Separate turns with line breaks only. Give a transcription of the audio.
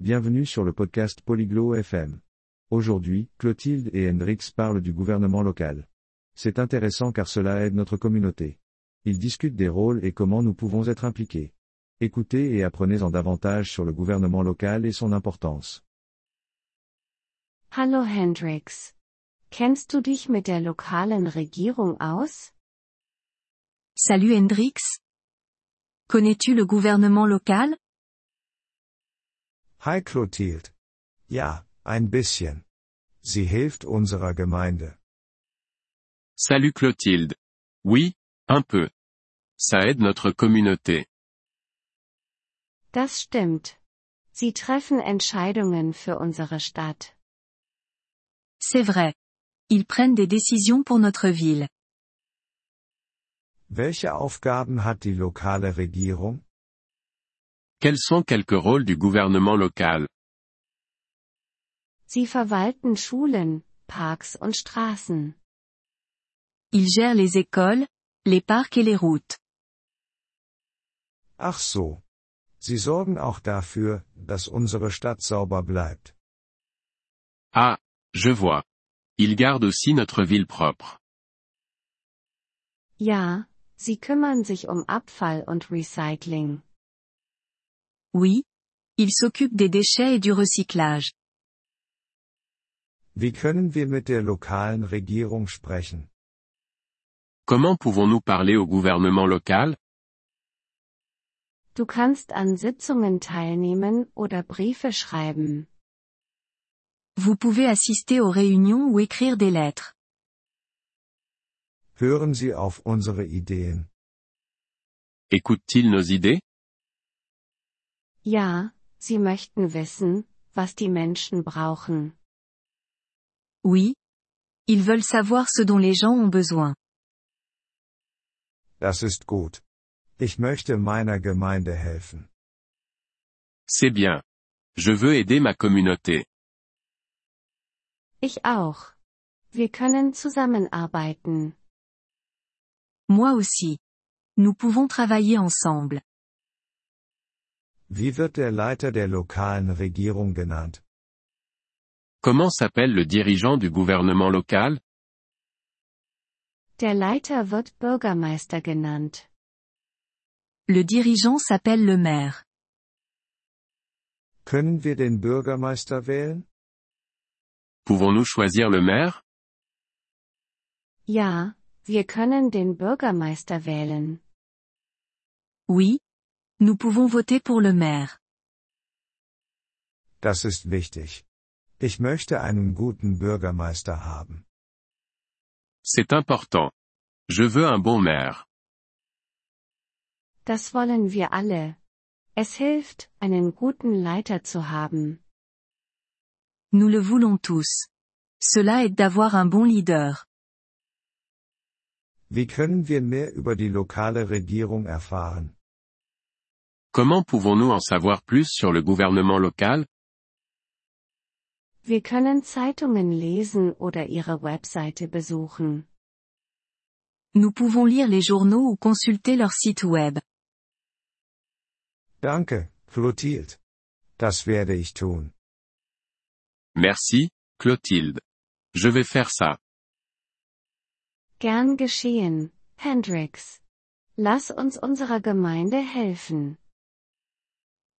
Bienvenue sur le podcast Polyglot FM. Aujourd'hui, Clotilde et Hendrix parlent du gouvernement local. C'est intéressant car cela aide notre communauté. Ils discutent des rôles et comment nous pouvons être impliqués. Écoutez et apprenez-en davantage sur le gouvernement local et son importance.
Hallo Hendrix. Kennst du dich mit der lokalen Regierung aus?
Salut Hendrix. Connais-tu le gouvernement local
Hi Clotilde. Ja, ein bisschen. Sie hilft unserer Gemeinde.
Salut Clotilde. Oui, un peu. Ça aide notre communauté.
Das stimmt. Sie treffen Entscheidungen für unsere Stadt.
C'est vrai. Ils prennent des décisions pour notre ville.
Welche Aufgaben hat die lokale Regierung?
Quels sont quelques rôles du gouvernement local
Sie verwalten Schulen, Parks und Straßen.
Ils gèrent les écoles, les parcs et les routes.
Ach so. Sie sorgen auch dafür, dass unsere Stadt sauber bleibt.
Ah, je vois. Ils gardent aussi notre ville propre.
Ja, sie kümmern sich um Abfall und Recycling.
Oui. Ils s'occupent des déchets et du recyclage.
Wie können wir mit der lokalen Regierung sprechen?
Comment pouvons-nous parler au gouvernement local
Du kannst an Sitzungen teilnehmen oder Briefe schreiben.
Vous pouvez assister aux réunions ou écrire des lettres.
Hören Sie auf unsere Ideen.
Écoute-t-il nos idées
Ja, sie möchten wissen, was die Menschen brauchen.
Oui. Ils veulent savoir ce dont les gens ont besoin.
Das ist gut. Ich möchte meiner Gemeinde helfen.
C'est bien. Je veux aider ma communauté.
Ich auch. Wir können zusammenarbeiten.
Moi aussi. Nous pouvons travailler ensemble.
Wie wird der Leiter der lokalen Regierung genannt?
Comment s'appelle le dirigeant du gouvernement local
Der Leiter wird Bürgermeister genannt.
Le dirigeant s'appelle le maire.
Können wir den Bürgermeister wählen?
Pouvons-nous choisir le maire
Ja, wir können den Bürgermeister wählen.
Oui. Nous pouvons voter pour le maire.
Das ist wichtig. Ich möchte einen guten Bürgermeister haben.
C'est important. Je veux un bon maire.
Das wollen wir alle. Es hilft, einen guten Leiter zu haben.
Nous le voulons tous. Cela aide d'avoir un bon leader.
Wie können wir mehr über die lokale Regierung erfahren?
Comment pouvons-nous en savoir plus sur le gouvernement local
Wir können Zeitungen lesen oder ihre Webseite besuchen.
Nous pouvons lire les journaux ou consulter leur site web.
Danke, Clotilde. Das werde ich tun.
Merci, Clotilde. Je vais faire ça.
Gern geschehen, Hendrix. Lass uns unserer Gemeinde helfen.